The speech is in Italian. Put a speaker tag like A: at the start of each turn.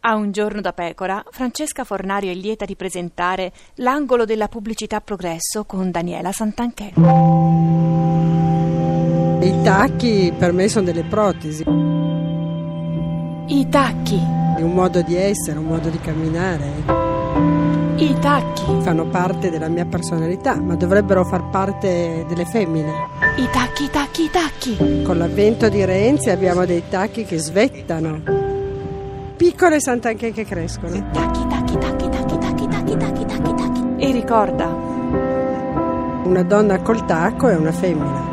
A: A un giorno da pecora, Francesca Fornario è lieta di presentare l'angolo della pubblicità progresso con Daniela Santanchè.
B: I tacchi per me sono delle protesi,
A: I tacchi,
B: è un modo di essere, un modo di camminare.
A: i tacchi,
B: Fanno parte della mia personalità, ma dovrebbero far parte delle femmine.
A: i tacchi, i tacchi, i tacchi.
B: Con l'avvento di Renzi abbiamo dei tacchi che svettano. Piccole sant'anche che crescono.
A: Tacchi, tacchi, tacchi, tacchi, tacchi, tacchi, tacchi, tacchi, tacchi. E ricorda,
B: Una donna col tacco è una femmina.